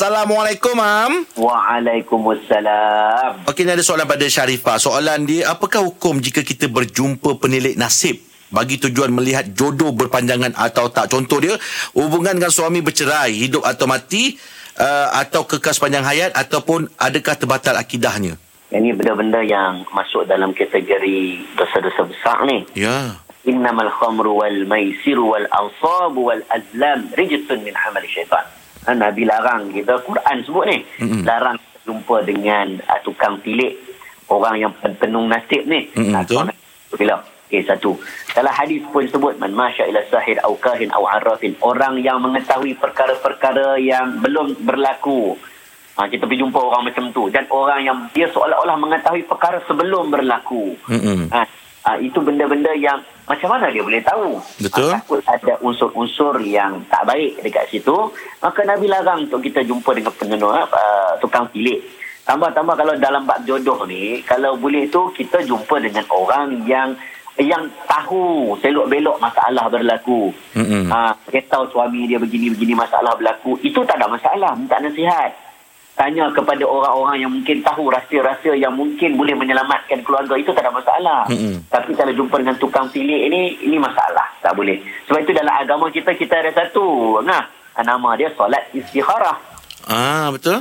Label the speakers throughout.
Speaker 1: Assalamualaikum, Mam.
Speaker 2: Waalaikumsalam.
Speaker 1: Okey, ni ada soalan pada Sharifah. Soalan dia, apakah hukum jika kita berjumpa penilik nasib bagi tujuan melihat jodoh berpanjangan atau tak? Contoh dia, hubungan dengan suami bercerai, hidup atau mati, uh, atau kekal sepanjang hayat, ataupun adakah terbatal akidahnya?
Speaker 2: Ini benda-benda yang masuk dalam kategori dosa-dosa besar ni.
Speaker 1: Ya.
Speaker 2: Innamal khamru wal maisiru wal ansabu wal azlam rijsun min amal syaitan. Ha, Nabi larang kita, Quran sebut ni.
Speaker 1: Mm-mm.
Speaker 2: Mm-hmm. Larang kita jumpa dengan uh, tukang tilik. Orang yang pen- penung nasib ni.
Speaker 1: Mm-mm,
Speaker 2: Ah,
Speaker 1: betul.
Speaker 2: Bila? Okay, satu. Dalam hadis pun sebut, Man masya ila sahir au kahin au arrafin. Orang yang mengetahui perkara-perkara yang belum berlaku. Ha, kita pergi jumpa orang macam tu. Dan orang yang dia seolah-olah mengetahui perkara sebelum berlaku.
Speaker 1: Mm-mm.
Speaker 2: Ha, ha, itu benda-benda yang macam mana dia boleh tahu?
Speaker 1: Betul.
Speaker 2: Ha, takut ada unsur-unsur yang tak baik dekat situ. Maka Nabi larang untuk kita jumpa dengan penenun, uh, tukang tilik. Tambah-tambah kalau dalam bab jodoh ni, kalau boleh tu kita jumpa dengan orang yang yang tahu selok-belok masalah berlaku.
Speaker 1: Mm-mm.
Speaker 2: Ha, dia tahu suami dia begini-begini masalah berlaku. Itu tak ada masalah, minta nasihat. Tanya kepada orang-orang yang mungkin tahu rahsia-rahsia yang mungkin boleh menyelamatkan keluarga itu tak ada masalah.
Speaker 1: Mm-mm.
Speaker 2: Tapi kalau jumpa dengan tukang pilih ini, ini masalah. Tak boleh. Sebab itu dalam agama kita, kita ada satu. Nah, nama dia solat istikharah.
Speaker 1: Ah, betul?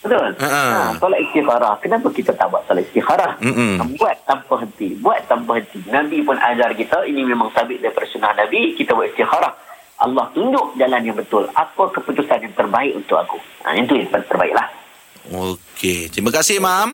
Speaker 2: Betul?
Speaker 1: Ha-ha.
Speaker 2: Ha, solat istikharah. Kenapa kita tak buat solat istikharah?
Speaker 1: Mm-mm.
Speaker 2: Buat tanpa henti. Buat tanpa henti. Nabi pun ajar kita, ini memang sabit daripada sunnah Nabi, kita buat istikharah. Allah tunjuk jalan yang betul. Apa keputusan yang terbaik untuk aku? Ha, itu yang terbaik lah.
Speaker 1: Okey. Terima kasih, Mam.